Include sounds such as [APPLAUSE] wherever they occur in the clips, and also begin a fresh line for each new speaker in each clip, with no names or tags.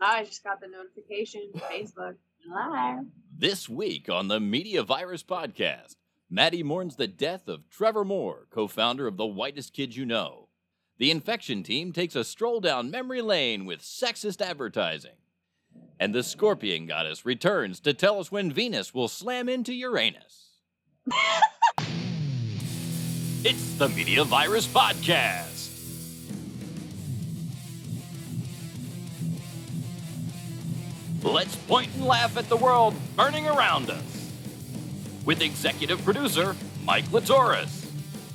Oh, I just got the notification. Facebook live.
This week on the Media Virus Podcast, Maddie mourns the death of Trevor Moore, co founder of The Whitest Kid You Know. The infection team takes a stroll down memory lane with sexist advertising. And the scorpion goddess returns to tell us when Venus will slam into Uranus. [LAUGHS] it's the Media Virus Podcast. Let's point and laugh at the world burning around us. With executive producer Mike Latoris,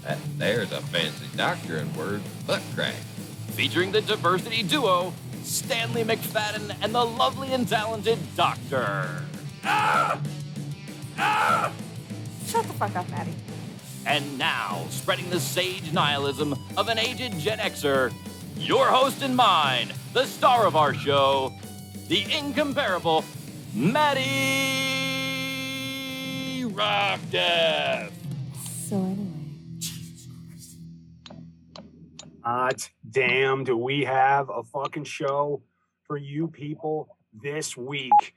That, there's a fancy doctoring word, butt crack.
featuring the diversity duo Stanley McFadden and the lovely and talented Doctor.
Shut the fuck up, Maddie.
And now, spreading the sage nihilism of an aged Gen Xer, your host and mine, the star of our show, the incomparable Maddie Rockdeath.
So anyway,
Hot damn, do we have a fucking show for you people this week?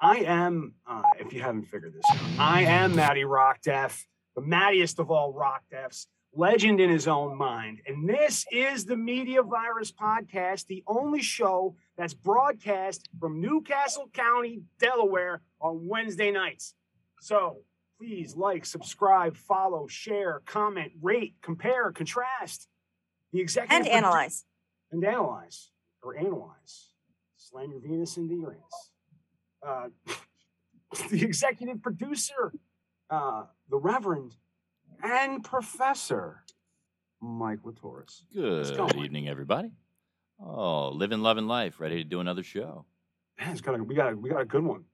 I am, uh, if you haven't figured this out, I am Matty Rockdef, the mattiest of all Rockdefs, legend in his own mind. And this is the Media Virus Podcast, the only show that's broadcast from Newcastle County, Delaware on Wednesday nights. So please like, subscribe, follow, share, comment, rate, compare, contrast. The executive
and
produ-
analyze.
and analyze or analyze slam your venus into uranus uh, [LAUGHS] the executive producer uh, the reverend and professor mike latoris
Good
go, Mike.
evening, everybody. Oh, living, loving life, ready to do another show.
man it's got a, we got a, we got a good one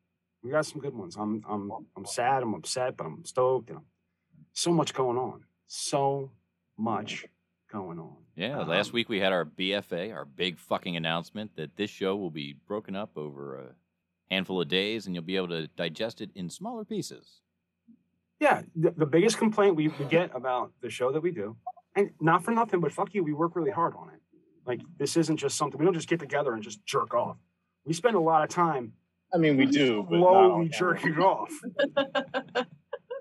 we got some good ones i'm i'm i'm sad i'm upset but i'm stoked and I'm, so much going on so much going on
Yeah,
Um,
last week we had our BFA, our big fucking announcement that this show will be broken up over a handful of days and you'll be able to digest it in smaller pieces.
Yeah, the, the biggest complaint we, we get about the show that we do, and not for nothing, but fuck you, we work really hard on it. Like this isn't just something we don't just get together and just jerk off. We spend a lot of time
I mean, we do, but not
slowly
on camera.
jerking
[LAUGHS]
off,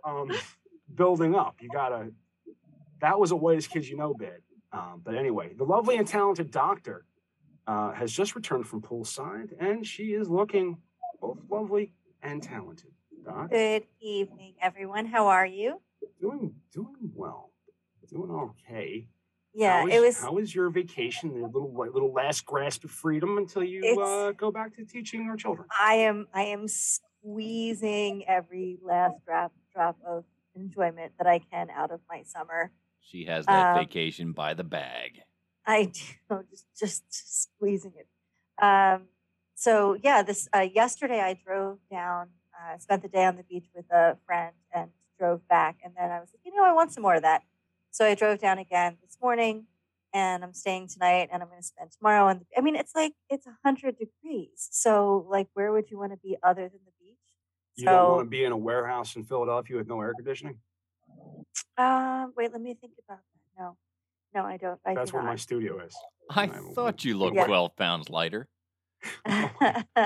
um, building up. You gotta. That was a whitest kids you know bit. Um, but anyway, the lovely and talented doctor uh, has just returned from poolside, and she is looking both lovely and talented. Doc,
Good evening, everyone. How are you?
doing doing well, doing okay.
Yeah,
how is,
it was.
How is your vacation? The little like, little last grasp of freedom until you
It's-
uh, go back to teaching our children.
I am. I am squeezing every last drop drop of enjoyment that I can out of my summer.
She has that
Uh,
Um
vacation by the bag.
I do [LAUGHS] just just, just squeezing it. Um, so yeah, this uh, yesterday I drove down, uh, spent the day on the beach with a friend, and drove back. And then I was like, you know, I want some more of that. So I drove down again this morning, and I'm staying tonight, and I'm going to spend tomorrow on. The, I mean, it's like it's hundred degrees. So like, where would you want to be other than the beach?
You don't want to be in a warehouse in Philadelphia with no air conditioning.
uh, wait, let me think about that. No, no, I don't. I
That's
do
where my
not.
studio
[LAUGHS]
is.
I
I will-
thought you looked
Yeah.
12 pounds lighter.
[LAUGHS]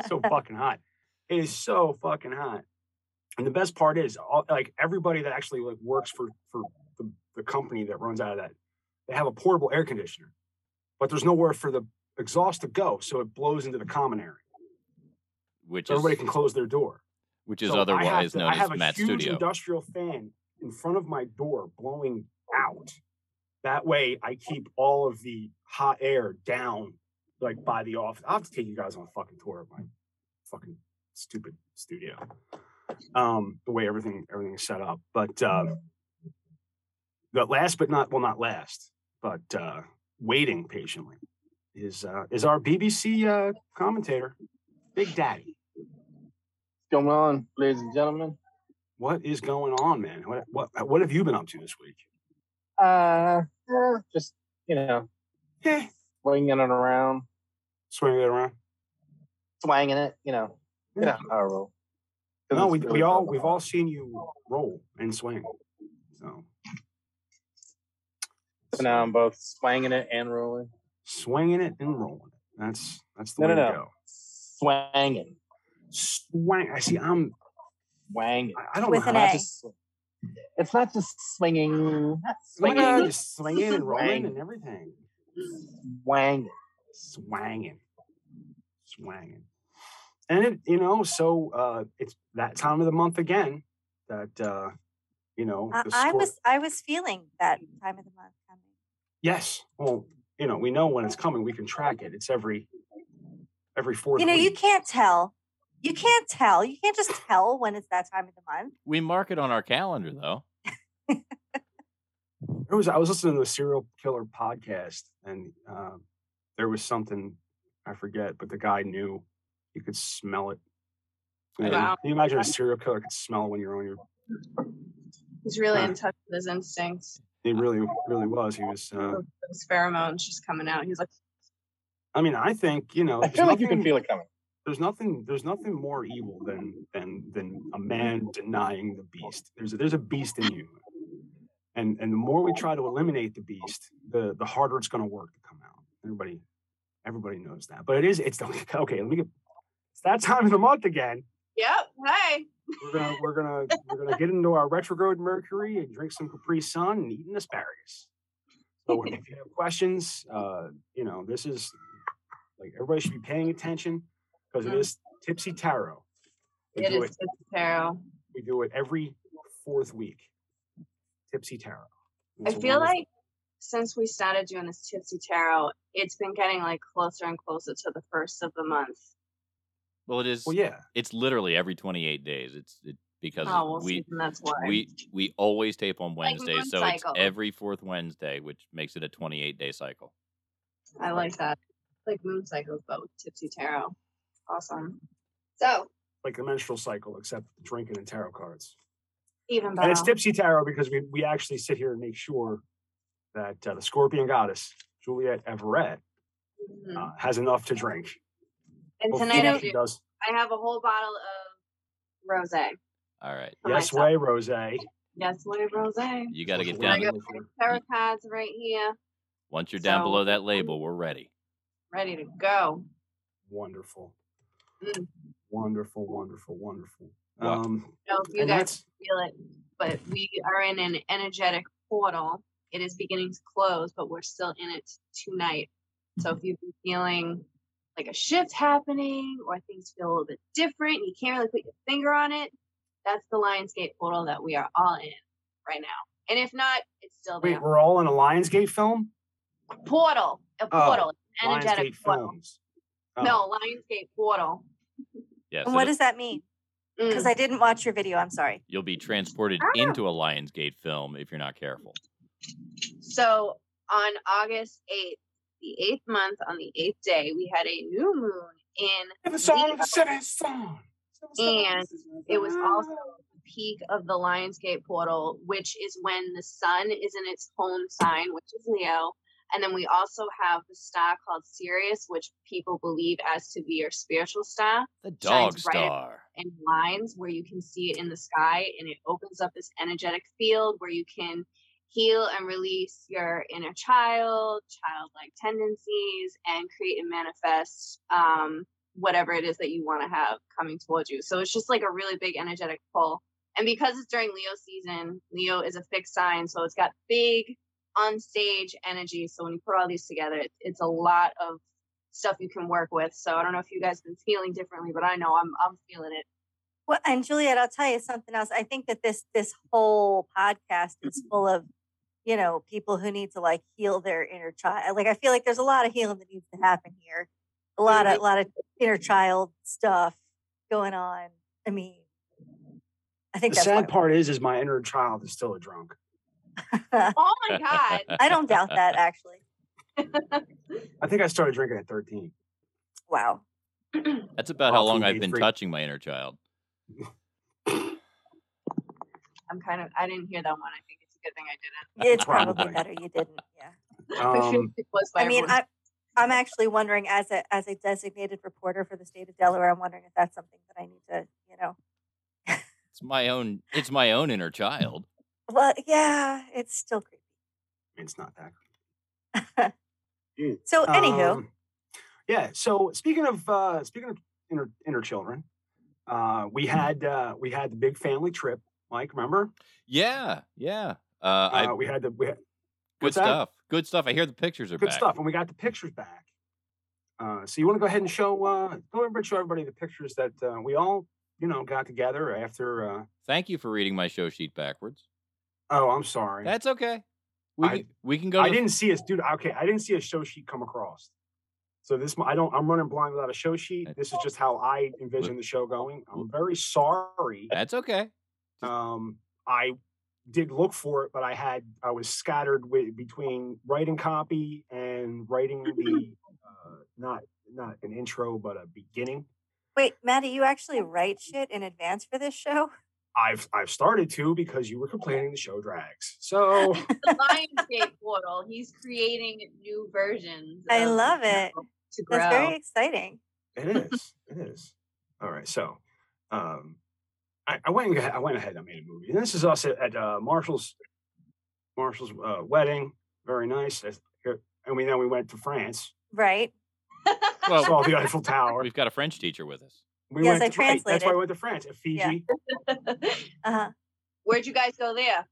so fucking hot. It is so fucking hot. And the best part is, all, like everybody that actually like works for for the, the company that runs out of that, they have a portable air conditioner, but there's nowhere for the exhaust to go, so it blows into the common area.
Which
So
is
everybody can close their door.
which is
So I have
otherwise
to-
known
I have
as
a
Matt's
huge
Studio.
Industrial fan in front of my door blowing out. That way, I keep all of the hot air down, like by the office. I'll have to take you guys on a fucking tour of my fucking stupid studio. Um, the way everything everything is set up, but um, the last but not well not last, but uh, waiting patiently is uh, is our BBC uh, commentator, Big Daddy.
What's going on, ladies and gentlemen?
What is going on, man? What what what have you been up to this week?
Uh, eh, just you know,
Eh,
swinging it around,
swinging it around.
swanging it. You know, you know how I roll. 'Cause
No,
it's
we,
really
we all
fun.
we've all seen you roll and swing. So
So now I'm both swanging it and rolling.
swinging it and rolling. That's that's the
No,
way
no,
to
no.
go.
Swanging.
Swang. I see. I'm.
Wanging.
I- I don't
With
know
an
how
A.
Not just, sw- it's not just swinging. Not
Swinging, and
swinging.
just swinging and rolling and everything.
Wanging.
Swanging, swanging, and it, you know, so uh, it's that time of the month again that uh, you know.
I,
the Mm.
I
squir-
was I was feeling that time of the month coming.
Yes. Well, you know, we know when it's coming. We can track it. It's every every fourth.
You know, you
week.
can't tell. You can't tell. You can't just tell when it's that time of the month.
We mark it on our calendar though.
There was I was listening to a serial killer podcast, and uh, there was something I forget, but the guy knew you could smell it. You know,
Wow.
Can you imagine a serial killer could smell when you're on your?
He's really
Huh.
in touch with his instincts.
He really, really was. He was. Uh,
His pheromones just coming out. He's like,
I mean, I think you know.
I
there's
feel like you
nothing-
can feel it coming.
there's nothing there's nothing more evil than than than a man denying the beast there's a, there's a beast in you and and the more we try to eliminate the beast the the harder it's going to work to come out everybody everybody knows that but it is it's [LAUGHS] okay let me get it's that time of the month again
"Yep, hey,
we're gonna we're gonna we're gonna get into our retrograde mercury and drink some capri sun and eat an asparagus so if you have questions uh you know this is like everybody should be paying attention because it
Mhm.
is tipsy tarot we
it
do
is
it
it's tarot."
we do it every fourth week tipsy tarot
I
It's a
feel
wonderful-
like since we started doing this Tipsy Tarot, it's been getting like closer and closer to the first of the month.
Well, it is.
well yeah
It's literally every 28 days. It's it, because
Oh, well,
we
see, then that's why.
we we always tape on
Like
Wednesdays,
one
so
cycle.
it's every fourth Wednesday, which makes it a 28 day cycle.
I like that. Like moon cycles, but with Tipsy Tarot. Awesome. So
like the menstrual cycle except drinking and tarot cards
even
and
better.
it's tipsy tarot because we, we actually sit here and make sure that uh, the scorpion goddess juliet everett
Mhm.
uh, has enough to drink
and
Hopefully
tonight I,
she
do-
does.
I have a whole bottle of rose.
All right,
for
Yes,
myself.
way, Rose.
Yes, way rose.
you got to get
Social
down.
I
to-
got
media
my
for-
tarot cards right here,
once you're down
So- um,
below that label, we're ready.
ready to go.
Wonderful,
Mm.
wonderful, wonderful, wonderful.
Wow.
Um,
So if you
and
guys
that's
feel it, but we are in an energetic portal. It is beginning to close, but we're still in it tonight. So
Mm-hmm.
if you've been feeling like a shift happening or things feel a little bit different, you can't really put your finger on it, that's the Lionsgate portal that we are all in right now. And if not, it's still there.
wait, we're all in a Lionsgate film.
portal, a
Oh,
portal, an energetic
Lionsgate
portal.
films. Oh,
No, Lionsgate portal.
Yeah, so
And what
that-
does that mean?
Mm.
Because I didn't watch your video. I'm sorry.
you'll be transported
Ah.
into a Lionsgate film if you're not careful.
So on August 8th, the eighth month, on the eighth day, we had a new moon in
Sing the song, sing the song. Sing the song,
And
this is my
it was
song.
also the peak of the Lionsgate portal, which is when the sun is in its home sign, which is Leo. And then we also have the star called Sirius, which people believe as to be your spiritual star
The dog
Shines bright at-
star.
and lines where you can see it in the sky and it opens up this energetic field where you can heal and release your inner child childlike tendencies and create and manifest um, whatever it is that you want to have coming towards you so it's just like a really big energetic pull and because it's during leo season leo is a fixed sign so it's got big on stage energy so when you put all these together it, it's a lot of stuff you can work with so i don't know if you guys been feeling differently but i know i'm, I'm feeling it
Well, and Juliet, I'll tell you something else. I think that this this whole podcast is
Mm.
full of, you know, people who need to like heal their inner child. Like I feel like there's a lot of healing that needs to happen here. A lot of a lot of inner child stuff going on. I mean, I think
The
that's why
sad part is, is my inner child is still a drunk.
Oh
[LAUGHS]
my god.
I don't doubt that actually.
I think I started drinking at 13.
Wow.
That's about how
Awesome
long I've
beat
been
freak.
touching my inner child.
I'm kind of I didn't hear that one. I think it's a good thing I didn't.
[LAUGHS]
It's probably
Probably.
better you didn't. Yeah.
[LAUGHS] I feel
Um,
it was by
I mean,
everyone.
I, I'm actually wondering as a as a designated reporter for the state of Delaware, I'm wondering if that's something that I need to, you know.
It's my own. It's my own inner child.
Well, yeah, it's still creepy.
it's not that.
So, anywho,
Um,
Um, yeah. So speaking of uh, speaking of and her and her children. Uh, we
Mm-hmm.
had uh, we had the big family trip. Mike, remember?
Yeah, yeah. Uh, I,
uh, we had the we had,
good
what's that?
stuff. Good stuff. I hear the pictures are
good
back.
stuff, and we got the pictures back. Uh, so you want to go ahead and show uh, go over and show everybody the pictures that uh, we all you know got together after. Uh,
Thank you for reading my show sheet backwards.
oh, I'm sorry.
That's okay. We
I-
can, we can go.
I
to the-
didn't see a dude. Okay, I didn't see a show sheet come across. So this, I don't. I'm running blind without a show sheet.
That's-
This is just how I envision the show going. I'm very sorry.
That's okay.
Um, I did look for it, but I had I was scattered wi- between writing copy and writing the uh, not not an intro but a beginning.
Wait, Maddie, you actually write shit in advance for this show? [LAUGHS]
I've I've started to because you were complaining the show drags. So
the
[LAUGHS]
Lionsgate portal. He's creating new versions.
I
of,
love
you know,
it.
To grow.
That's very exciting.
it is. It is. All right. So, um, I, I went. and got- I went ahead and made a movie. And this is us at, at uh, Marshall's Marshall's uh, wedding. Very nice. That's- here- And we then we went to France.
Right.
Well, [LAUGHS]
Saw the Eiffel Tower.
we've got a French teacher with us. [LAUGHS]
We
Yes,
went
I
to, right, that's why
translated.
we went to France. At Fiji.
Yeah. Uh-huh.
[LAUGHS] Where'd you guys go, Leah?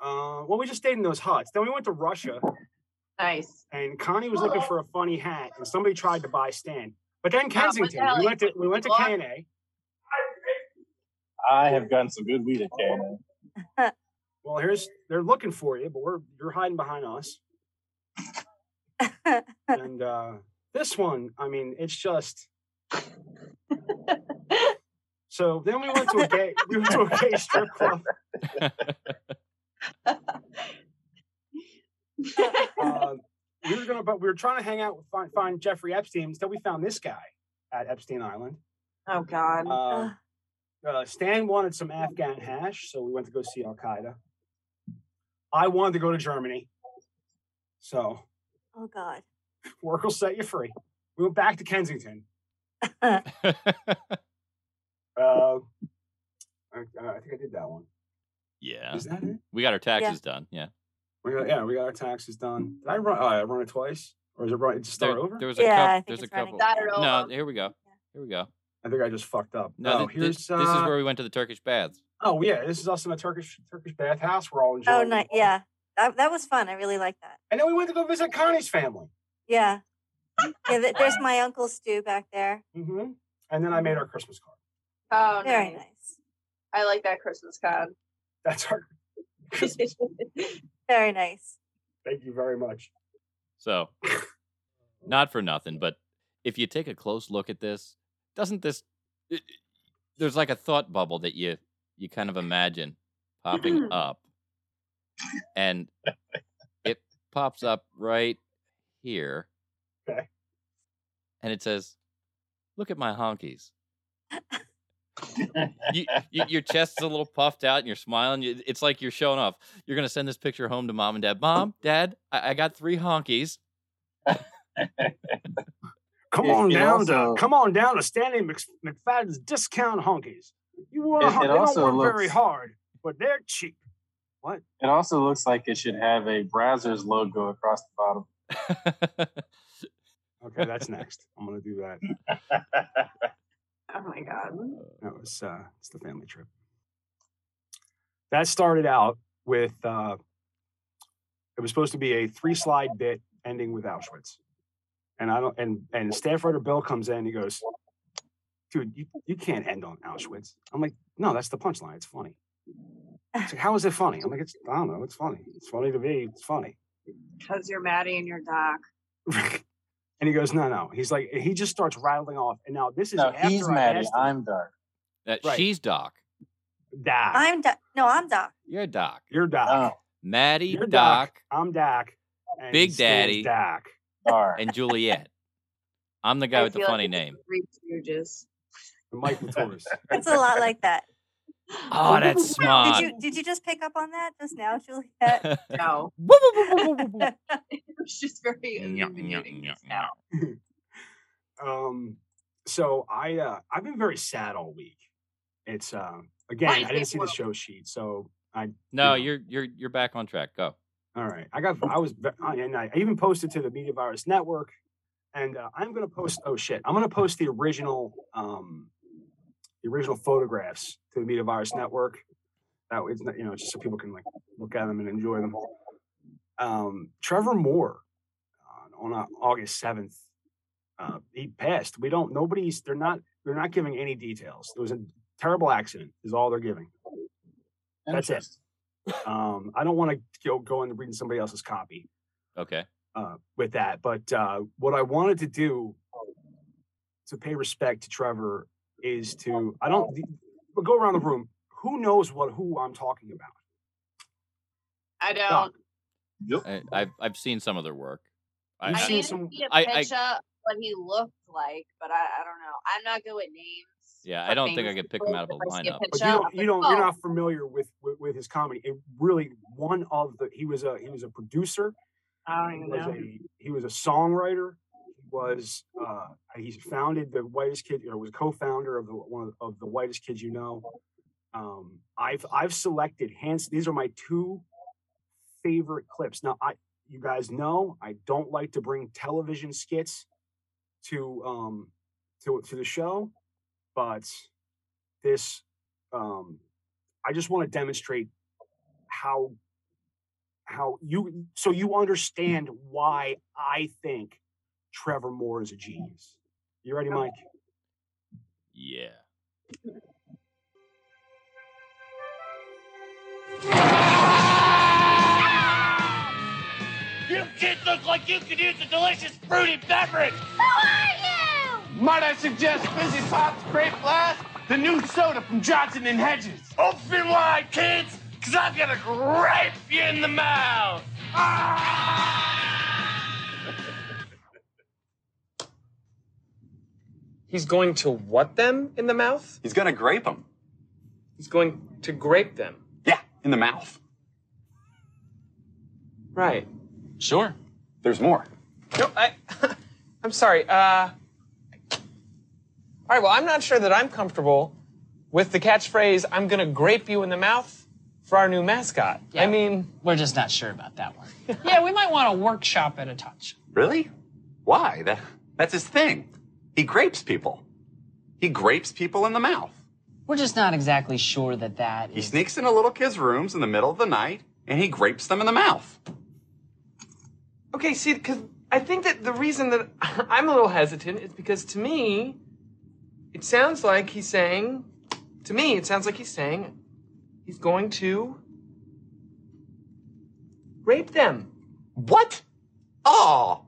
Uh, well, we just stayed in those huts. Then we went to Russia,
Nice.
and Connie was
Oh.
looking for a funny hat, and somebody tried to buy Stan. But then Kensington,
hell?
we went to we went to
What?
K and A.
I have gotten some good weed at Canada.
Well, here's they're looking for you, but we're you're hiding behind us. and uh, this one, I mean, it's just. So then we went to a gay, we went to a gay strip club. Uh, Um, we were gonna, but we were trying to hang out, with- find, find Jeffrey Epstein. Until we found this guy at Epstein Island.
oh God.
Uh,
Ugh.
uh, Stan wanted some Afghan hash, so we went to go see Al Qaeda. I wanted to go to Germany, so [LAUGHS]
oh God.
work will set you free. We went back to Kensington. Uh, I, uh, I think I did that one.
yeah,
Is that it?
we got our taxes done. Yeah,
We got, yeah, we got our taxes done. Did I run? Oh, I run it twice, or is it run? It just start
there,
over?
there was a
Yeah, I
couple.
think
There's a
it's running
couple.
Start it
No,
over.
here we go. Here we go.
I think I just fucked up.
No,
No,
thi- thi-
here's
this,
uh,
is where we went to the Turkish baths.
oh yeah, this is us in a Turkish Turkish bathhouse. We're all enjoying.
Oh
the
no.
water.
Yeah. That, that was fun. I really like that.
and then we went to go visit Connie's family.
Yeah. Yeah, th-
[LAUGHS]
there's my uncle Stu back there.
hmm And then I made our Christmas card.
oh,
Very
nice.
nice.
I like that Christmas card. [LAUGHS]
That's our.
Very nice.
[LAUGHS] Thank you very much.
So, not for nothing, but if you take a close look at this, doesn't this? It, it- there's like a thought bubble that you you kind of imagine
[CLEARS THROAT]
popping up, and it pops up right here,
Okay.
and it says, "Look at
[LAUGHS]
my honkies." you, you, your chest's a little puffed out and you're smiling. You, it's like you're showing off. You're going to send this picture home to mom and dad. Mom, dad, I, I got three honkies. [LAUGHS]
Come
It-
on
it
down
also-
to come on down to Stanley Mc, McFadden's Discount Honkies. You want
It-
a hon-
it
they don't
also
work very
looks-
hard, but they're cheap.
It also looks like it should have a Brazzers logo across the bottom.
Okay, that's next. I'm gonna do that.
oh my God.
That was uh, it's the family trip. That started out with uh, it was supposed to be a three slide bit ending with Auschwitz, and I don't and and staff writer Bill comes in. He goes, "Dude, you, you can't end on Auschwitz." I'm like, "No, that's the punchline. It's funny." It's like, "How is it funny?" I'm like, "It's I don't know. It's funny. It's funny to me. It's funny." [LAUGHS]
Because you're Maddie and you're Doc.
and he goes, "No, no." He's like, he just starts rattling off. And now this is
no,
after
he's
I
Maddie.
asked him-
I'm Dark.
That
Right.
she's Doc.
Doc.
I'm Doc. No, I'm Doc.
You're Doc.
You're Doc.
Oh,
Maddie,
You're
Doc,
Doc. I'm Doc. and
Big
Stan's
Daddy. [LAUGHS]
Doc.
Dark.
and Juliet. I'm the guy
I
with the
feel like
funny
it's [LAUGHS]
name.
Three Stooges.
and Mike Latourus.
It's a lot like that.
[LAUGHS]
Oh, that's
Did
smart.
[LAUGHS] you did you just pick up on that just now, [LAUGHS] Juliet?
No, [LAUGHS]
[LAUGHS]
yeah,
it was just very.
Nyah, nyah,
illuminating
nyah,
just now.
um, so I uh, I've been very sad all week. It's uh, again
Mine
I didn't
too,
see the
well.
show sheet, so I you
no,
know,
you're you're you're back on track. Go.
all right. I got I was ve- I- and I even posted to the Media Virus Network, and uh, I'm gonna post. Oh shit! I'm gonna post the original, um, the original photographs to the Media Virus Network. That way, it's not, you know, just so people can like look at them and enjoy them. Um, Trevor Moore uh, on uh, August seventh, uh, he passed. We don't. Nobody's. They're not. They're not giving any details. It was a terrible accident. Is all they're giving. That's it. Um, I don't want to go go into reading somebody else's copy
Okay.
uh, with that. But uh, what I wanted to do to pay respect to Trevor is to I don't but go around the room. Who knows what who I'm talking about?
I don't.
I, I've I've seen some of their work. I,
You've
I
I-
seen
didn't
some-
see a
I- I-
picture of what he looked like, but I, I don't know. I'm not good with names.
yeah,
or
I don't think
famous
I could pick
people.
them out of a
If I see
lineup.
But
picture,
you
I'll
don't
be
you
like,
don't you're
"Oh,
not familiar with with, with his comedy. It really one of the he was a he was a producer.
"Oh, I
He
don't even
was
know.
a he was a songwriter. He was uh, he founded the whitest kid or was co-founder of the one of, of the whitest kids you know. Um, I've I've selected hands. These are my two favorite clips. Now I you guys know I don't like to bring television skits to um to to the show, but this um I just want to demonstrate how how you so you understand why I think Trevor Moore is a genius. You ready, Mike?
Yeah.
You kids look like you could use a delicious fruity beverage.
Might I suggest Fizzy Pop's Grape Blast, the new soda from Johnson and Hedges?
Open wide, kids, because I'm going to grape you in the mouth.
He's going to what them in the mouth?
He's gonna grape him.
He's going to grape them.
Yeah, in the mouth.
Right.
Sure. There's more.
No, I. [LAUGHS] I'm sorry. Uh. All right. Well, I'm not sure that I'm comfortable with the catchphrase "I'm gonna grape you in the mouth" for our new mascot. I
Yeah.
mean,
We're just not sure about that one. [LAUGHS] yeah, we might want to workshop it a touch.
Really? Why? That, that's his thing. He grapes people. He grapes people in the mouth.
We're just not exactly sure that that
He
is.
sneaks into little kids' rooms in the middle of the night and he grapes them in the mouth.
okay. See, because I think that the reason that [LAUGHS] I'm a little hesitant is because to me, it sounds like he's saying. To me, it sounds like he's saying he's going to rape them.
What? Oh.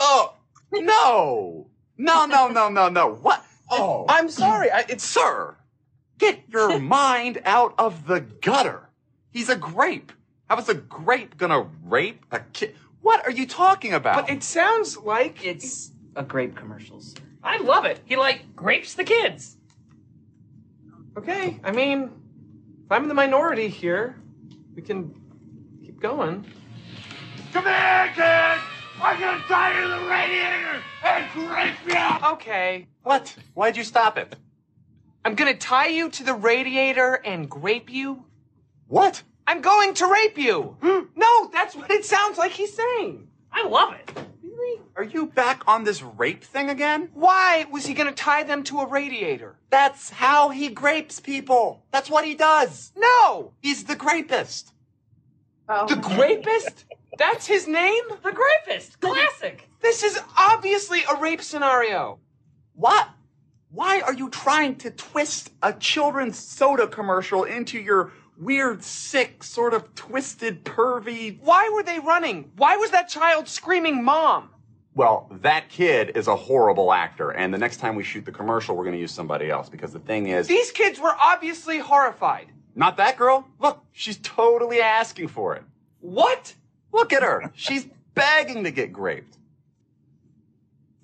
Oh. No. No, no, no, no, no. What? Oh.
I'm sorry. I, it's
Sir, get [LAUGHS] your mind out of the gutter. He's a grape. How is a grape gonna rape a kid? What are you talking about?
But it sounds like
It's a grape commercial, sir.
I love it. He, like, grapes the kids.
okay. I mean, if I'm in the minority here, we can keep going.
Come here, kids. I'm going to die in the radiator and grape you.
Okay,
what? Why'd you stop it?
I'm gonna tie you to the radiator and grape you.
What? Hmm?
I'm going to rape you. no, that's what it sounds like he's saying.
I love it.
Really?
Are you back on this rape thing again?
Why was he gonna tie them to a radiator?
That's how he grapes people. That's what he does.
No,
He's the grapist.
Oh,
the grapist. That's his name.
The grapist. Classic.
This is obviously a rape scenario.
What? Why are you trying to twist a children's soda commercial into your weird, sick, sort of twisted, pervy
Why were they running? Why was that child screaming, "Mom"?
Well, that kid is a horrible actor, and the next time we shoot the commercial, we're going to use somebody else because the thing is,
These kids were obviously horrified.
not that girl. Look, she's totally asking for it.
What?
Look at her. She's begging to get graped.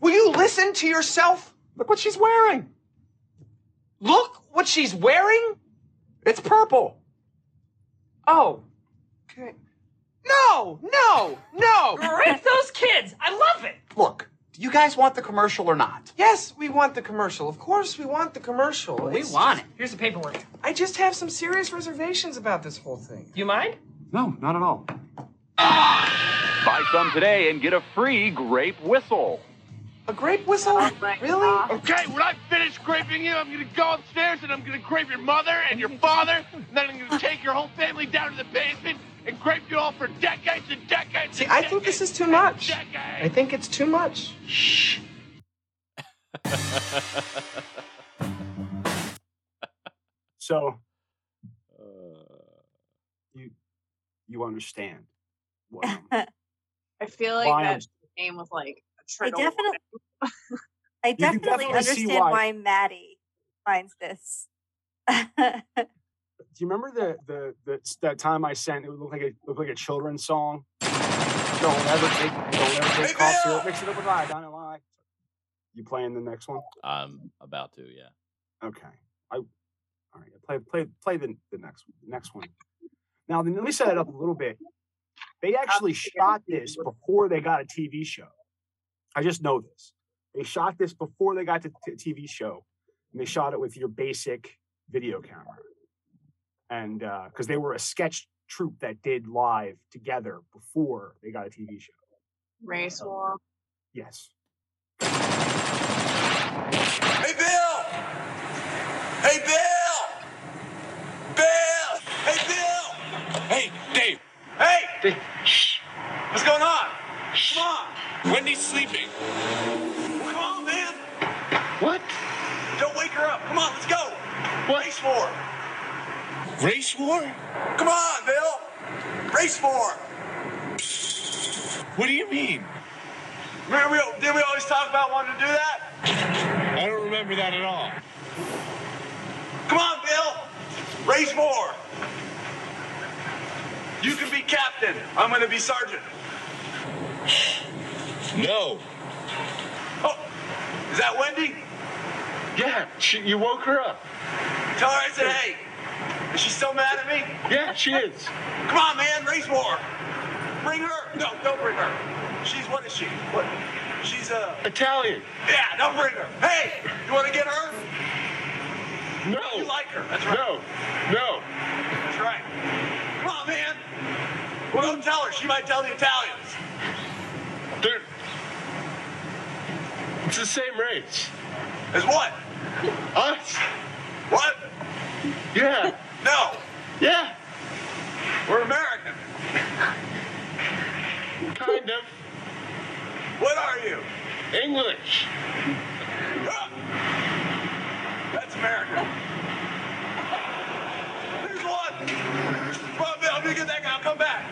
Will you listen to yourself?
Look what she's wearing.
Look what she's wearing?
It's purple.
Oh. Okay. No, no, no.
Grape those kids. I love it.
Look, do you guys want the commercial or not?
yes, we want the commercial. Of course, we want the commercial.
We
It's-
want it.
Here's the paperwork.
I just have some serious reservations about this whole thing.
You mind?
No, not at all.
Buy some today and get a free grape whistle.
A grape whistle? really?
Okay, when I finish graping you, I'm gonna go upstairs and I'm gonna grape your mother and your father, and then I'm gonna take your whole family down to the basement and grape you all for decades and decades.
See,
and
I think this is too much. I think it's too much.
So
Uh,
you you understand
[LAUGHS]
what I'm
I feel like
Why
that game was like a
I
trigger.
[LAUGHS]
warning.
definitely, I
You can
definitely,
definitely see
understand
why.
why. Maddie finds this. [LAUGHS]
do you remember the the, the s- that time I sent it looked like a looked like a children's song? Don't ever take don't ever take cough syrup, mix it up with iodine and lie. You playing the next one?
I'm about to, yeah.
Okay. I all right, play play play the, the next the next one. Now then, let me set it up a little bit. They actually shot this before they got a TV show. I just know this. They shot this before they got the t- TV show, and they shot it with your basic video camera. And because they were a sketch troupe that did live together before they got a TV show.
Race war.
Yes.
Hey, Bill! Hey, Bill! Bill! Hey, Bill! Hey, Dave! Hey! Dave. Shh! What's going on? Come on! Wendy's sleeping. Come on, man! What? Don't wake her up. Come on, let's go! Race war! Race war? Come on, Bill! Race war! What do you mean? Remember, we, did we always talk about wanting to do that? I don't remember that at all. Come on, Bill. Raise more. You can be captain. I'm going to be sergeant. No. Oh, is that Wendy? Yeah, she, you woke her up. Tell her I said, hey. Is she still mad at me? Yeah, she is. Come on, man. Raise more. Bring her. No, don't bring her. She's, what is she? What? She's, uh... Italian. Yeah, don't bring her. Hey, you want to get her? No. You like her. That's right. No. No. That's right. Come on, man. Well, don't tell her. She might tell the Italians. Dude. It's the same race. As what? Us. What? Yeah. No. Yeah. We're American. Kind of. What are you? English. That's America. There's one. Come on, Bill. I'm gonna get that guy. I'll come back.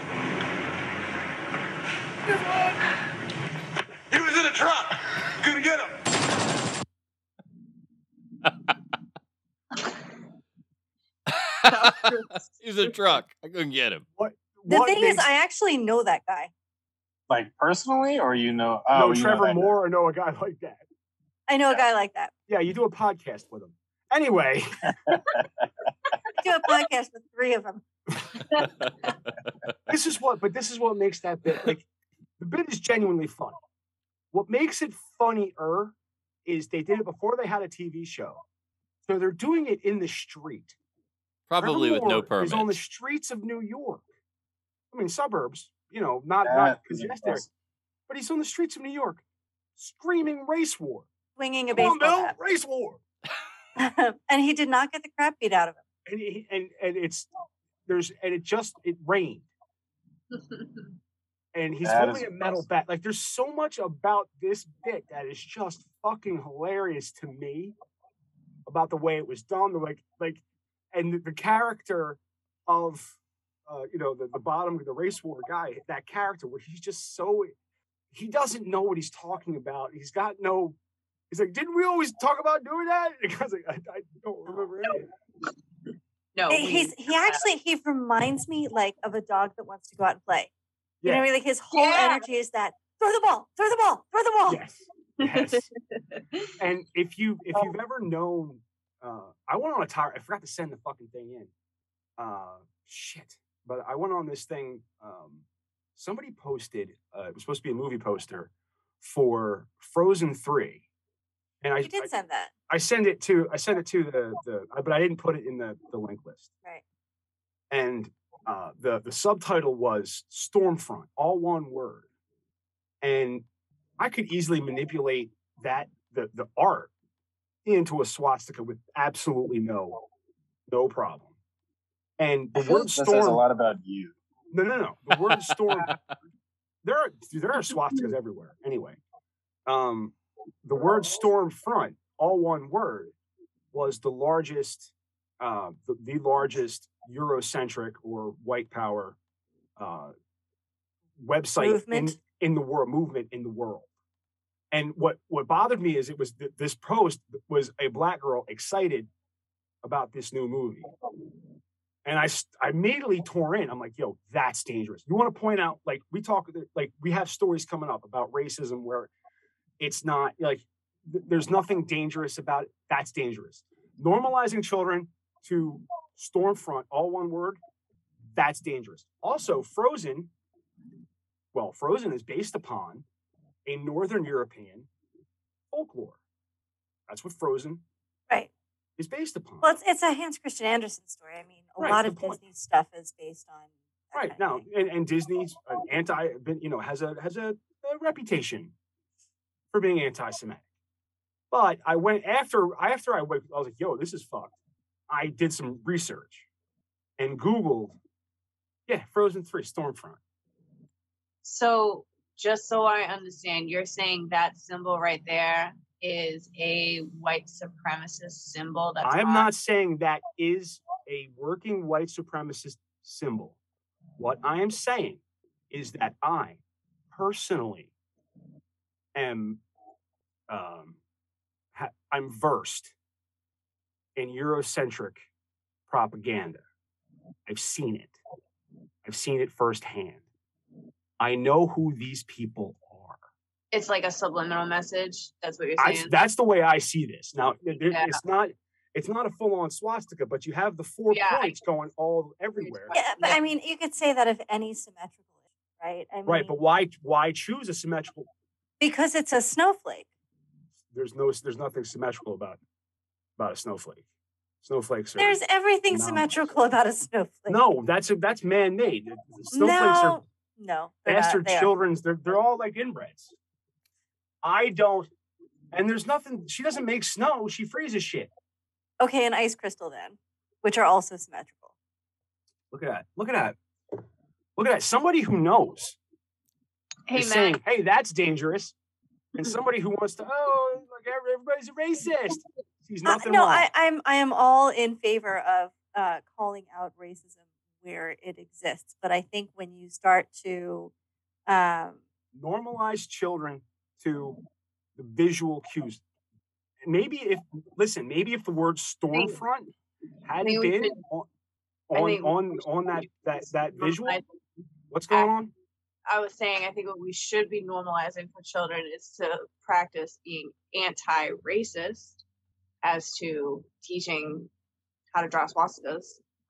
He was in a truck. Couldn't get him.
[LAUGHS] He's a truck. I couldn't get him.
the
What
thing is,
makes-
I actually know that guy.
Like personally, or you know? Oh,
no
you know
Trevor
that-
Moore or no a guy like that.
I know a guy like that.
Yeah, you do a podcast with him. Anyway,
I do a podcast with three of them.
this is what, but this is what makes that bit like the bit is genuinely funny. What makes it funnier is they did it before they had a TV show, so they're doing it in the street.
Probably with no
Evermore
permit.
is on the streets of New York. I mean, suburbs, you know, not,
That
not
is
congested,
impressive.
but he's on the streets of New York, screaming race war.
swinging a
Come on,
baseball
Bill, race war.
bat, [LAUGHS] and he did not get the crap beat out of him.
And, he- and and it's there's and it just it rained. and he's
That
holding
is
a metal bat. Like there's so much about this bit that is just fucking hilarious to me about the way it was done. The like like and the, the character of uh, you know the, the bottom of the race war guy, that character where he's just so he doesn't know what he's talking about. He's got no he's like, didn't we always talk about doing that? [LAUGHS] And the guy's like, I, I don't remember any of it.
No,
He- he's he actually he reminds me like of a dog that wants to go out and play. You know, what I mean? like his whole
Yeah.
energy is that throw the ball, throw the ball, throw the ball.
Yes. Yes.
[LAUGHS]
and if you if
Um
you've ever known uh I went on a tire I forgot to send the fucking thing in. Uh shit. But I went on this thing um somebody posted uh it was supposed to be a movie poster for Frozen 3. And I
You did
I-
send that,
I send it to I send it to the the I- but I didn't put it in the the link list.
right?
And uh, the the subtitle was Stormfront, all one word. And I could easily manipulate that the the art into a swastika with absolutely no no problem. And the
I feel
word
like that says a
storm
lot about you.
no, no, no. The
[LAUGHS]
word storm. there are there are swastikas everywhere. Anyway, um, the word storm front, all one word, was the largest, uh, the, the largest Eurocentric or white power uh, website
Movement?
in in the world movement in the world. And what what bothered me is it was th- this post was a black girl excited about this new movie. And I, s- I immediately tore in. I'm like, yo, that's dangerous. You want to point out, like, we talk, like, we have stories coming up about racism where it's not, like, th- there's nothing dangerous about it. That's dangerous. Normalizing children to Stormfront, all one word, that's dangerous. Also, Frozen, well, Frozen is based upon a Northern European folklore. That's what Frozen
Right.
is based upon.
Well, it's, it's a Hans Christian Andersen story. I mean, a
Right,
lot
good
of
point.
Disney stuff is based on.
right now and, and disney's an anti been, you know has a has a, a reputation for being anti-semitic but i went after after i went i was like yo this is fucked i did some research and googled yeah frozen 3 stormfront
So, just so I understand, you're saying that symbol right there is a white supremacist symbol. That's
i'm
on-
not saying that is a working white supremacist symbol what i am saying is that i personally am um, ha- I'm versed in Eurocentric propaganda. I've seen it. I've seen it firsthand. I know who these people are.
It's like a subliminal message. That's what you're
I,
saying.
that's the way I see this. Now, th- there-
Yeah.
it's not it's not a full on swastika, but you have the four
Yeah, I-
points going all everywhere.
Yeah, but I mean, you could say that of any symmetrical issue, right? I mean,
Right, but why why choose a symmetrical?
because it's a snowflake.
There's no there's nothing symmetrical about about a snowflake. Snowflakes are
There's everything
No.
symmetrical about a snowflake.
no. That's a, that's man made. Snowflakes are
no, no, they're not.
bastard
They are.
children's they're, they're all like inbreds i don't and there's nothing she doesn't make snow she freezes shit
Okay, an ice crystal then, which are also symmetrical.
look at that look at that look at that somebody who knows
Hey,
is
Matt.
saying hey that's dangerous and somebody who wants to oh like everybody's a racist he's
Uh,
nothing
no,
wrong
I, I'm I am all in favor of uh, calling out racism where it exists, but I think when you start to, um,
normalize children to the visual cues maybe if listen maybe if the word stormfront hadn't
Maybe we
been
should-
on
I
on
think-
on, on that that that visual
I-
what's going on
I was saying, I think what we should be normalizing for children is to practice being anti racist as to teaching how to draw swastikas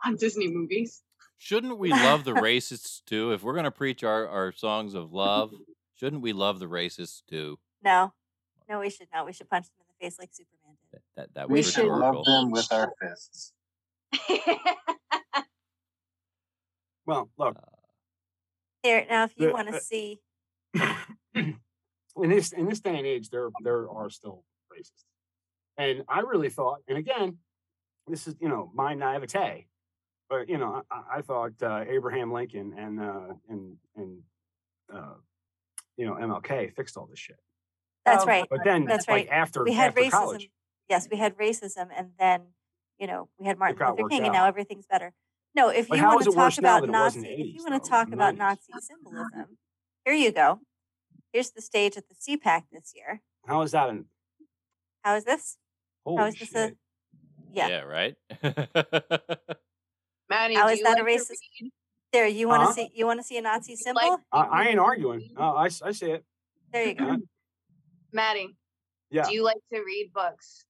on
[LAUGHS]
Disney movies.
Shouldn't we love the racists too? If we're gonna preach our, our songs of love, shouldn't we love the racists too?
no, no, we should not. We should punch them in the face like Superman.
Eh,
That that
We
was
should
rhetorical.
love them with our fists.
Well, look,
Here now, if you
The-
want
uh,
to see,
in this in this day and age, there there are still racists, and I really thought, and again, this is you know my naivete, but you know I- I, I thought uh, Abraham Lincoln and uh, and and uh, you know MLK fixed all this shit,
that's
Oh,
right.
but then
That's
like
right.
after
we had
after
racism.
college,
Yes, we had racism, and then you know we had Martin
got
Luther
worked
King, and now
out.
everything's better. No, if
But
you
how
want
is
to
it worse
talk
now
about
than it was in
Nazi,
the
if you
80s,
want
though,
to talk
the
about
90s?
Nazi symbolism, here you go. Here's the stage at the CPAC this year.
how is that? An,
How is this?
holy
how is this
shit!
a? Yeah.
right.
Maddie,
How
do
is
you
that a
like to
racist?
read?
There, you want to
Huh?
see? You want to see a Nazi symbol?
Like,
I, I ain't
[CLEARS THROAT]
arguing. Uh, I s- I see it.
there
[CLEARS THROAT]
you go.
Uh,
Maddie,
yeah.
do you like to read books?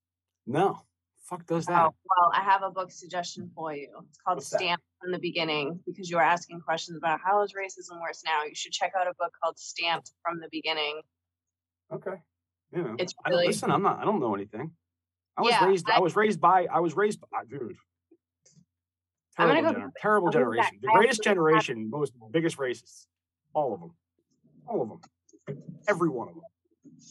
No. Fuck does that?
Oh, well, I have a book suggestion for you. It's called
What's that?
Stamp from the Beginning because you were asking questions about how is racism worse now. You should check out a book called Stamped from the Beginning.
Okay. You know,
It's
I don't,
really-
listen, I'm not, I don't know anything. I was
Yeah,
raised, I,
I-
was raised by, I was raised by, dude.
I'm gonna
Terrible,
go
gener- terrible
[LAUGHS] I'm gonna go back.
generation. The
I have
greatest
to go back.
generation, most biggest racists. All of them. All of them. Every one of them.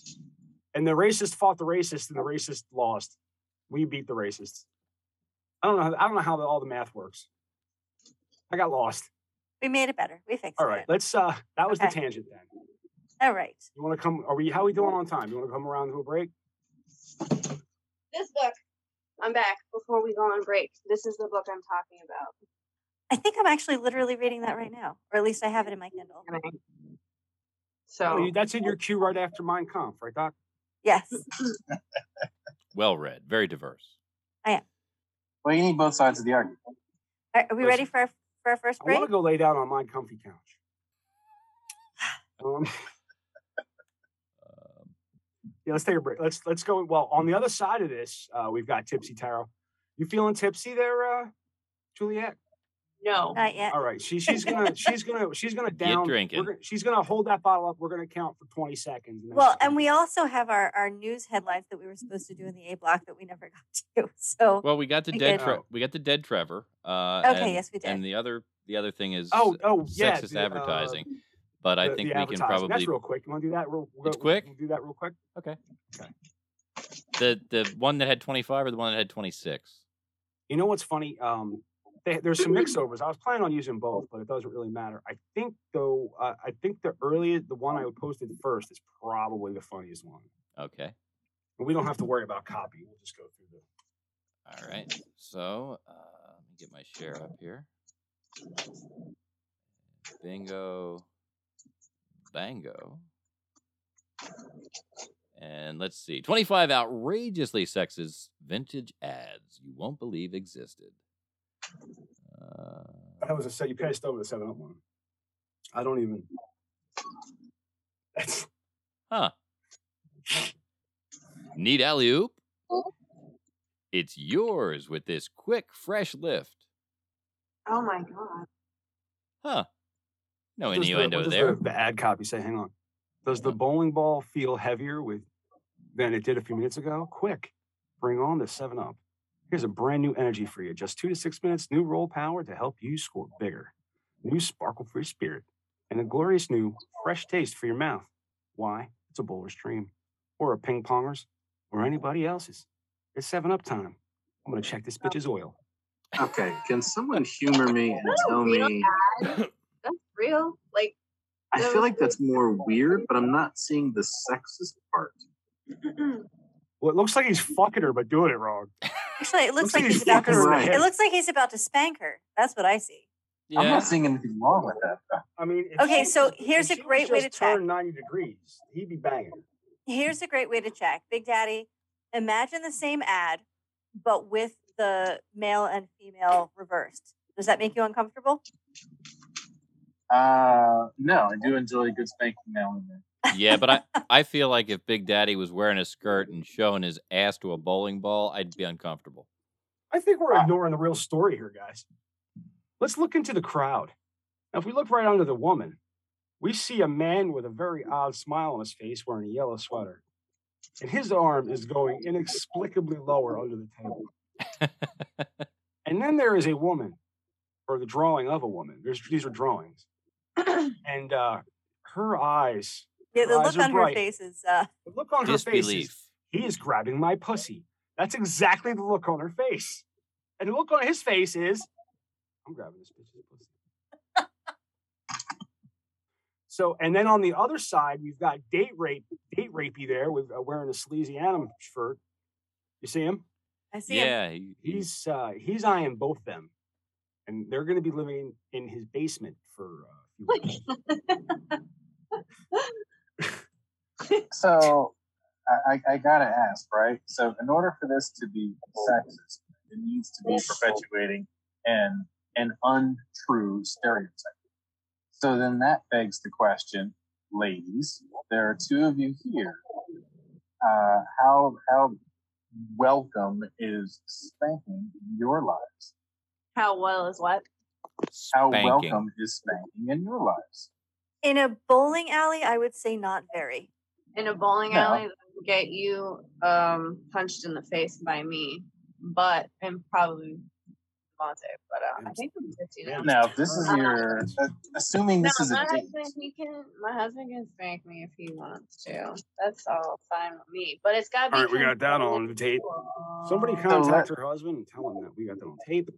And the racist fought the racist, and the racist lost. We beat the racists. I don't know. I don't know how all the math works. I got lost.
We made it better. We fixed
All right,
it.
let's. uh That was the
Okay.
tangent. Then
All right.
you want to come? Are we? How we doing on time? You want to come around to a break?
This book. I'm back before we go on break. This is the book I'm talking about.
I think I'm actually literally reading that right now, or at least I have it in my Kindle.
So
Oh, you- that's in your queue right after Mein Kampf, right, Doc?
Yes.
[LAUGHS] Well read, very diverse.
Well, you need both sides of the argument.
Are, are we ready for our, for our first
I want
break?
to go lay down on my comfy
[SIGHS]
couch. Um, yeah, let's take a break. Let's let's go. Well, on the other side of this, uh, we've got Tipsy Tarot. You feeling tipsy there, uh, Juliet?
No.
Not yet.
All right, she, she's
[LAUGHS]
gonna she's gonna she's gonna down. we're
drinking.
gonna- she's gonna hold that bottle up. We're gonna count for twenty seconds. And then
Well,
she's
and we also have our, our news headlines that we were supposed to do in the A block that we never [LAUGHS] got to. So
Well, we got the
We
dead.
did.
Tre- we got the dead Trevor. Uh,
Okay,
and-
yes, we did.
And the other, the other thing is,
Oh, oh, yeah,
sexist
the, uh,
advertising. But I
the- the
think we can
advertising.
probably
that's real quick. You want to do that? Real, we'll
It's
go-
quick?
We'll do that real quick.
Okay. the the one that had twenty five or the one that had twenty six.
You know what's funny? Um, they, there's some mixovers. I was planning on using both, but it doesn't really matter. I think though, uh, I think the earliest, the one I posted first is probably the funniest one.
Okay.
And we don't have to worry about copy. We'll just go through the.
All right. So uh, let me get my share up here. Bingo. Bango. And let's see. 25 outrageously sexist vintage ads you won't believe existed. Uh,
That was a set. You passed over the seven up one. I don't even. That's
Huh. Need alley oop? It's yours with this quick, fresh lift.
Oh my god.
Huh. No
What does the-
Oh, innuendo
what does
there. Mm-hmm.
The, the ad copy say, hang on. Does the bowling ball feel heavier with than it did a few minutes ago? Quick, bring on the 7 Up. Here's a brand new energy for you. Just two to six minutes, new roll power to help you score bigger. New sparkle for your spirit and a glorious new fresh taste for your mouth. Why? It's a bowler's dream or a ping ponger's or anybody else's. It's 7 Up time. I'm going to check
Oh.
this bitch's oil.
Okay, can someone humor me and
That's
tell
real
me?
bad. That's real. Like
I feel like that's more weird, but I'm not seeing the sexist part.
Well, it looks like he's fucking her, but doing it wrong.
actually, it looks
like
like
he's
he's about
fucking
to.
right.
It looks like he's about to spank her. That's what I see.
I'm
Yeah.
not seeing anything wrong with that. though.
I mean, if
Okay,
she
so
was- if
here's a
she was
great way to
just
check.
turned 90 degrees. He'd be banging. her.
Here's a great way to check. Big Daddy, imagine the same ad, but with the male and female reversed. Does that make you uncomfortable?
Uh, no, I do enjoy a good spanking now and then.
yeah, but I, I feel like if Big Daddy was wearing a skirt and showing his ass to a bowling ball, I'd be uncomfortable.
I think we're ignoring the real story here, guys. Let's look into the crowd. Now, if we look right under the woman, we see a man with a very odd smile on his face wearing a yellow sweater. And his arm is going inexplicably lower under the
[LAUGHS]
table. and then there is a woman, or the drawing of a woman. There's, these are
[CLEARS THROAT]
drawings. and uh, her eyes,
Yeah, the
Eyes
look
are
on
bright.
her face is. Uh,
the look on her face is
Disbelief.
he is grabbing my pussy. That's exactly the look on her face. And the look on his face is, I'm grabbing this bitch's pussy. so, and then on the other side, we've got date rape, date rapey there with uh, wearing a sleazy Adam shirt. You see him?
I see him.
Yeah. he-
He's uh, he's eyeing both them, and they're going to be living in his basement for uh, a few weeks.
So I, I, I gotta ask, right? So in order for this to be sexist, it needs to be perpetuating an an untrue stereotype. So then that begs the question, ladies, there are two of you here. Uh, how how welcome is spanking in your lives?
how well is what?
How
Spanking.
welcome is spanking in your lives?
In a bowling alley, I would say not very.
In a bowling
No.
alley that would get you um punched in the face by me, but and probably responsive, but uh, I think I'm 15 now.
Now, if this is
Uh,
your, uh, assuming this
no,
is
my
a date,
husband, he can, my husband can spank me if he wants to. That's all fine with me. But it's got to be.
All right, we got that on tape.
Oh,
Somebody contact her husband and tell him that we got that on tape.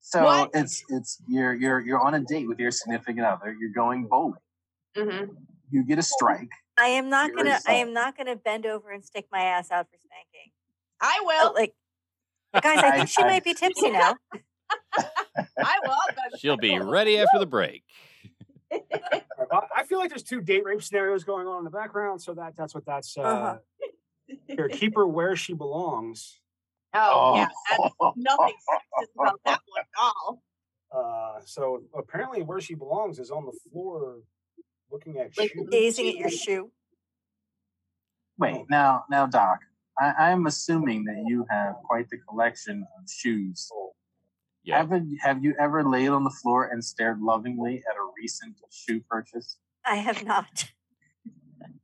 so it's it's you're you're you're on a date with your significant other. You're going bowling.
Mm-hmm.
You get a strike.
I am not
You're
gonna. I
inside.
am not gonna bend over and stick my ass out for spanking.
I
[LAUGHS]
[LAUGHS]
will.
like, guys, I think she
I-
might be
[LAUGHS]
tipsy now.
I will.
[LAUGHS]
She'll be ready after the break.
I Uh, I feel like there's two date rape scenarios going on in the background, so that that's what that's. Uh,
Uh-huh.
[LAUGHS]
Here, keep her where she belongs.
Oh, yeah.
[LAUGHS]
That's nothing sexist about that one at all.
Uh, so apparently, where she belongs is on the floor, looking at
Like
shoes.
gazing at your shoe.
Wait, now, now, Doc, I, I'm assuming that you have quite the collection of shoes.
Yeah.
Have, have you ever laid on the floor and stared lovingly at a recent shoe purchase?
I have not.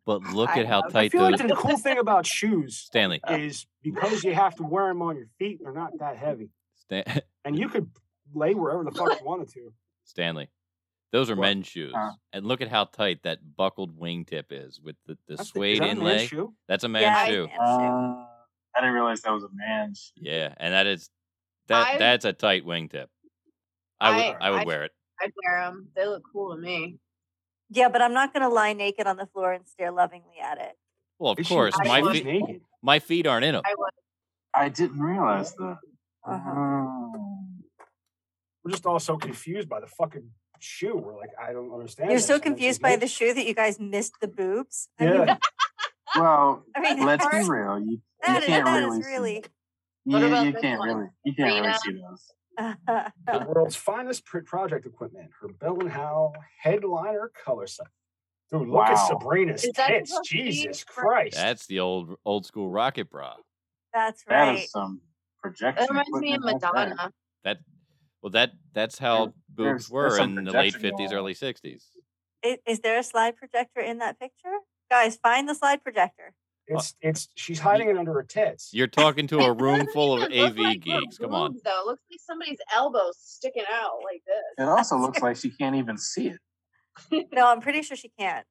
But look
I-
at how
I
tight
feel
those
like the cool thing about
[LAUGHS]
shoes
Stanley.
Uh.
is because you have to wear them on your feet, they're not that heavy,
Stan- [LAUGHS]
and you could lay wherever the fuck you wanted to.
Stanley. Those are
What?
men's shoes.
Huh?
and look at how tight that buckled wingtip is with the, [LAUGHS] the
That's- is
suede
that a man's
inlay.
shoe?
That's a man's
yeah,
shoe.
I,
Uh, I didn't realize that was a man shoe.
Yeah, and that is that
I-
that's a tight wingtip. I
I-
would I, would
I-
wear it.
I'd wear them. They look cool to me.
yeah, but I'm not gonna lie naked on the floor and stare lovingly at it.
Well, of
Is she-
course,
is
my
she
feet
naked.
my feet aren't in them.
I would.
I didn't realize that.
Uh-huh.
Oh.
We're just all so confused by the fucking shoe. We're like, I don't understand.
You're
this.
so
And then she's
confused by
naked.
the shoe that you guys missed the boobs. I [LAUGHS] mean,
Yeah,
Well,
[LAUGHS] I mean,
let's be
that is-
real.
[LAUGHS]
You, you can't really, see-
that is really. [LAUGHS]
What
Yeah,
about
you
this
can't
one?
really. You can't really
Rita?
see those.
the world's finest pr- project equipment, her Bell and Howell headliner color set. Dude, look at
Wow.
Sabrina's
Is that
tits.
supposed to be
Jesus
for-
Christ.
That's the old old school rocket bra.
That's
That
right.
is some projection.
It reminds me of
equipment right there.
Madonna.
That well that that's how
there's-
boobs
there's
were
some
in the late
projection going
fifties,
on.
early sixties.
Is, is there a slide projector in that picture? Guys, find the slide projector.
It's it's she's hiding it under her tits.
You're
[LAUGHS]
talking to a
It
room
doesn't
full of
even look
AV
like her
geeks. Come on.
boobs, Though it looks like somebody's elbows sticking out like
It
this. [LAUGHS]
also looks like she can't even see it.
No, I'm pretty sure she can't.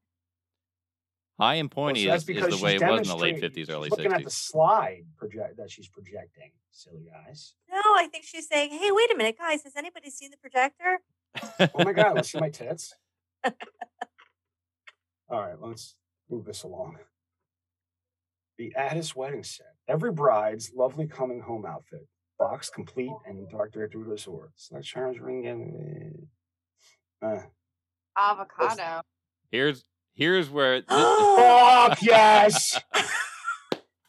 High and
Well,
pointy
so that's
is, is
because
the way
she's
it was in the late
demonstrating-
fifties,
she's
early
Looking at the
sixties.
slide project that she's projecting, silly guys.
No, I think she's saying, "Hey, wait a minute, guys. Has anybody seen the projector?"
Oh my god, let's
[LAUGHS]
see my tits. All right, let's move this along. The Addis wedding set. Every bride's lovely coming home outfit. Box complete and Dark Director Resort. Select charms ring and uh,
Avocado.
Here's here's where thi-
Fuck yes!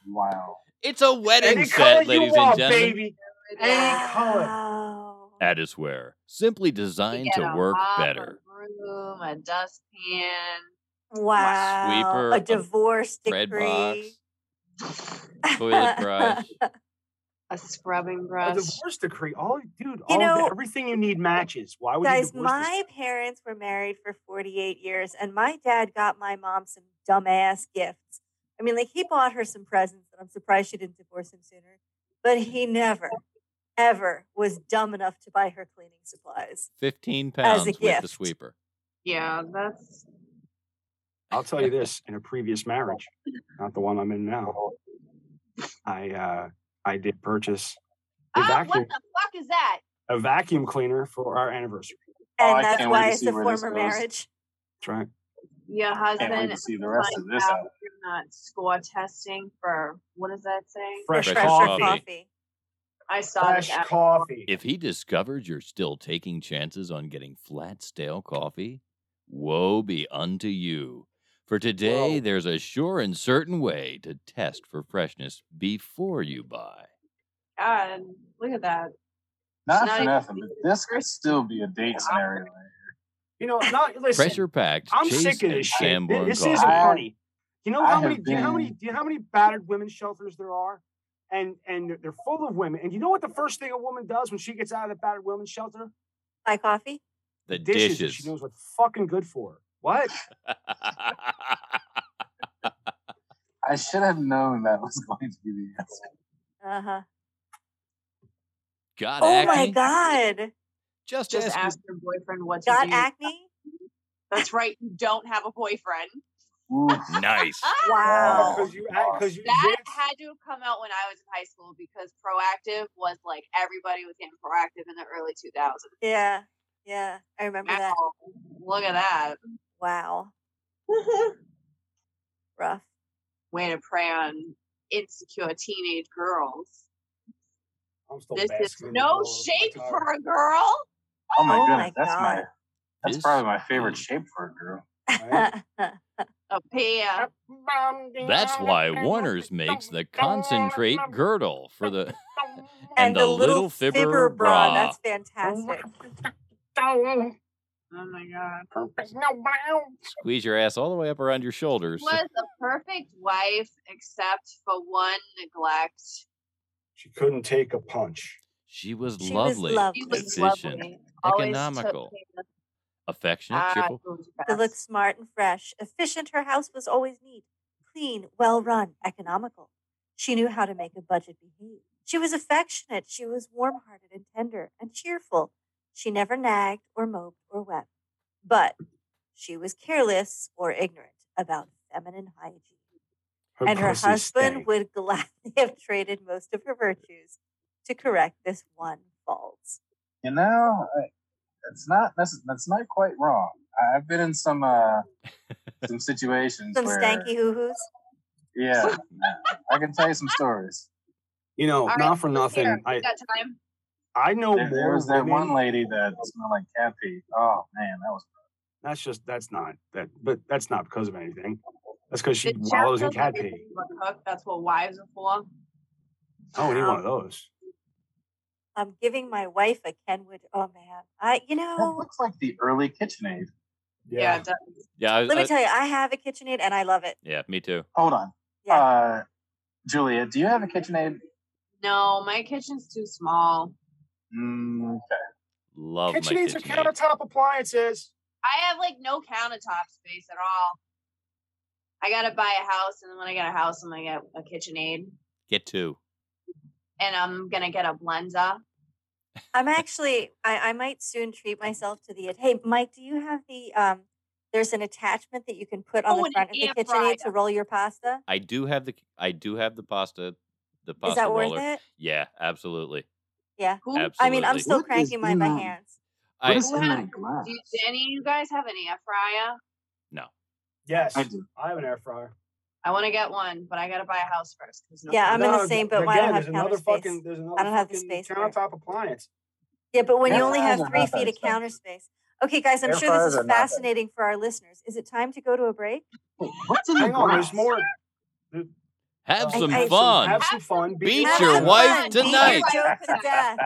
Wow.
it's a [LAUGHS] wedding
Any color
set,
you
ladies and
want,
gentlemen.
baby. Any color.
Wow.
Addisware, simply
You
designed
get
to
a
work
mop,
better.
A broom, a dustpan. [SIGHS]
Wow.
Sweeper, a
a divorce
Bread
decree.
box,
[LAUGHS]
toilet brush.
A scrubbing
A
brush.
divorce decree. All dude, all of
know-
the, everything you need matches. Why would
Guys,
you divorce this-
my parents were married for 48 years, and my dad got my mom some dumbass gifts. I mean, like, he bought her some presents, and I'm surprised she didn't divorce him sooner. But he never, ever was dumb enough to buy her cleaning supplies.
15
As
pounds
a
with the
gift.
sweeper.
Yeah, that's.
I'll tell you this: in a previous marriage, not the one I'm in now, I uh, I did purchase a
Ah, what
vacuum
the fuck is that?
a vacuum cleaner for our anniversary.
Oh,
And
I
that's
can't wait to
why it's
see
a
where this
former
goes.
marriage.
That's right.
Your
Can't
husband
wait to see the rest of
finds
this
out
out.
you're not score testing for what is that saying?
Fresh,
Fresh
coffee.
coffee.
I saw
Fresh
this ad.
coffee.
If he discovered you're still taking chances on getting flat, stale coffee, woe be unto you. For today,
Whoa.
there's a sure and certain way to test for freshness before you buy.
God, look at that.
Not
Not
for
even
nothing, but this could
first-
still be a date scenario.
You know, not listen.
Pressure packed
I'm
Chase
sick of
and
this shit.
Sanborn
this
coffee.
isn't
I-
funny. You know
I
how
have
many? Do you know how
been-
many? Do you know how many battered women's shelters there are? And and they're- they're full of women. And you know what the first thing a woman does when she gets out of the battered women's shelter?
My coffee?
the
Dishes. that
dishes.
She knows what's fucking good for. her. What?
I [LAUGHS] should have known that was going to be the answer.
Uh huh.
[LAUGHS] Got
Uh-huh. oh
acne?
my god!
Just,
Just
ask
ask,
me.
your boyfriend what to
Got
do.
acne?
That's right. You don't have a boyfriend. [LAUGHS] Ah,
Nice.
Wow.
Because you, because you,
That
did-
had to have come out when I was in high school because proactive was like everybody was getting proactive in the early 2000s.
Yeah, yeah. I remember that.
Wow, Look at that.
[LAUGHS] Wow, rough.
Way to prey on insecure teenage girls.
I'm still
this is
basking in the glow
no
of my
shape
time.
for a girl.
Oh my
Oh my
goodness, that's my
God.
that's
This
probably my favorite shape for a girl.
[LAUGHS]
Right?
A pair.
That's why Warner's makes the concentrate girdle for the and,
the little
fibber,
fibber
bra.
bra. That's fantastic.
Oh my god.
Squeeze your ass all the way up around your shoulders.
Was a perfect wife except for one neglect.
She couldn't take a punch.
She was
She was
lovely,
lovely.
She was
efficient,
lovely.
economical.
Took
affectionate,
care of,
cheerful.
She
uh,
looked smart and fresh, efficient. Her house was always neat, clean, well run, economical. She knew how to make a budget behave. She was affectionate. She was warm hearted and tender and cheerful. She never nagged or moped or wept. But she was careless or ignorant about feminine hygiene.
Her
and her
pussy
husband
stank.
would [LAUGHS] gladly have traded most of her virtues to correct this one fault.
You know, I- that's not that's, that's not quite wrong. I- I've been in some
[LAUGHS]
uh some situations
Some
where
stanky hoo hoos.
yeah, I can tell you some stories.
You know,
All right,
not for nothing.
Here, we
I
got time.
I know
There, there
more
was that
women-
one lady that smelled like cat pee. Oh man, that was
That's just that's not that, but that's not because of anything. That's because she
Did Cheryl
wallows in
Crow
cat
get
pee.
you a cook? That's what wives are for.
I don't need one of
Wow.
those.
I'm giving my wife a Kenwood. Oh man, I you
that
know.
looks like the early KitchenAid.
Yeah, it does.
Yeah, I,
Let me
I-
tell you, I have a KitchenAid and I love it.
yeah, me too.
Hold on,
Yeah,
uh, Julia, do you have a KitchenAid?
no, my kitchen's too small.
Mm, okay.
Love my
KitchenAids are
kitchen.
countertop appliances.
I have like no countertop space at all. I gotta buy a house, and then when I get a house, I'm gonna get a KitchenAid,
Get two.
and I'm gonna get a blender.
I'm actually. I, I might soon treat myself to the. Hey, Mike, do you have the? Um, there's an attachment that you can put on
Oh,
the
an
front of the
air
KitchenAid
fryer.
to roll your pasta.
I do have the I do have the pasta the
Is
pasta
that worth
roller.
it?
Yeah, absolutely.
Yeah.
Who,
Absolutely.
I mean, I'm still
What is
cranking mine
in
by
that?
hands.
What
I
is
who
in
has-
that glass?
do, do any of you guys have an air fryer?
no.
Yes,
I do.
I have an air fryer.
I want to get one, but I gotta buy a house first. 'cause No
Yeah, I'm in the
No,
same boat.
again,
Mine don't have
there's another
counter space.
fucking. There's another
I don't have the
fucking
space for it.
countertop appliance.
Yeah, but when you
Air
only
fryers
have
are
three
not that
feet of
expensive.
counter space. Okay, guys, I'm
Air
sure
fryers
this is
are not that
fascinating for our listeners. Is it time to go to a break?
Wait, what's in the
Hang on,
glass?
there's more.
Have
Uh,
some
I- I-
fun.
Have some fun. be
Beat
Have
your
some
yourself.
wife
fun. Beat
tonight.
your joke to
[LAUGHS]
death.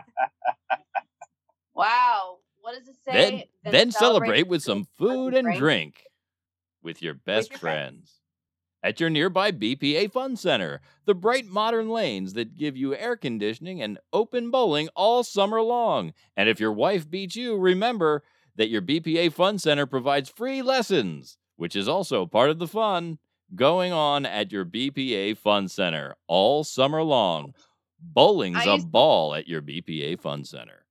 Wow. What does it
then
say?
then, celebrate with some food and
drink.
drink with your best
your friends.
friends. At your nearby BPA Fun Center, the bright modern lanes that give you air conditioning and open bowling all summer long. And if your wife beats you, remember that your BPA Fun Center provides free lessons, which is also part of the fun going on at your BPA Fun Center all summer long. Bowling's
I
a
used-
ball at your BPA Fun Center.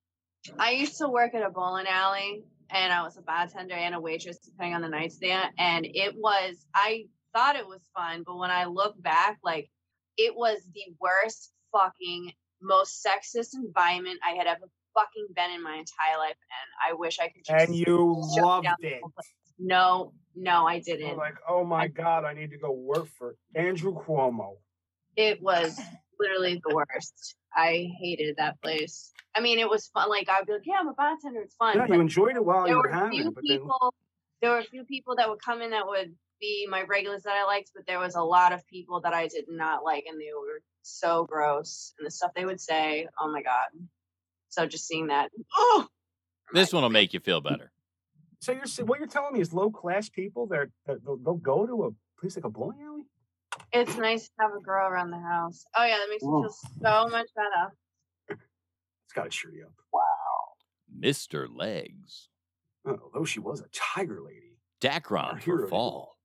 I used to work at a bowling alley and I was a bartender and a waitress depending on the nights there. And it was, I thought it was fun, but when I look back, like it was the worst fucking, most sexist environment I had ever fucking been in my entire life. And I wish I could just.
And you
shut
loved
down the
it.
whole place. No, no, I
I'm
didn't.
like, oh my god, I need to go work for Andrew Cuomo. [LAUGHS]
It was literally the worst. I hated that place. I mean, it was fun. Like I'd be like, yeah, I'm a bartender. It's fun.
Yeah,
but
you enjoyed it while you
there
were
were a
having
few
it, but then
people there were a few people that would come in that would be my regulars that I liked, but there was a lot of people that I did not like and they were so gross and the stuff they would say, oh my god. So just seeing that. Oh
This one will make you feel better.
So you're s- what you're telling me is low class people they're, that they'll, they'll go to a place like a bowling alley.
it's nice to have a girl around the house. Oh yeah, that makes me
Ooh,
feel so much better.
It's got to cheer you up.
wow.
Mr. Legs.
Oh, though she was a tiger lady.
Dacron
hero
for
to
fall.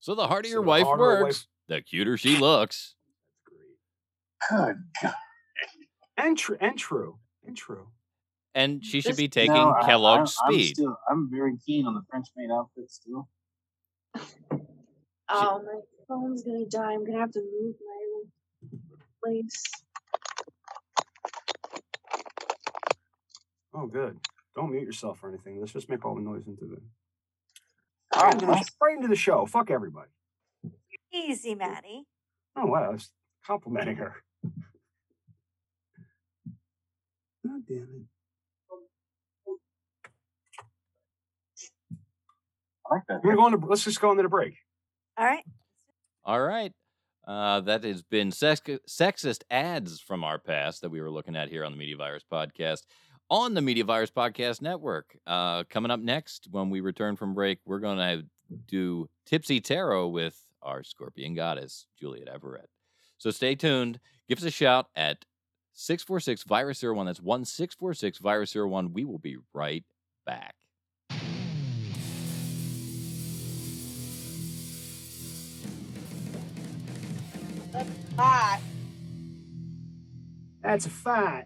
So the harder
So
your
the
wife
harder a
works, the cuter she looks.
That's great.
Good God.
and true, and true, and true.
And she should
This-
be taking
No, I- I-
Kellogg's
I'm
Speed.
still- I'm very keen on the French maid outfit still.
Oh, my phone's gonna die. I'm gonna have to move my place.
Oh, good. Don't mute yourself or anything. Let's just make all the noise into the.
All
right, into the, right into the show. Fuck everybody.
Easy, Maddie.
Oh wow, I was complimenting her. God damn it.
I like that.
We're going to let's just go into the break.
All right.
All right. Uh, that has been sex- sexist ads from our past that we were looking at here on the Media Virus Podcast on the Media Virus Podcast Network. Uh, coming up next, when we return from break, we're going to do Tipsy Tarot with our Scorpion goddess, Juliet Everett. So stay tuned. Give us a shout at 646 Virus 01. That's 1646 Virus 01. We will be right back.
That's a fight.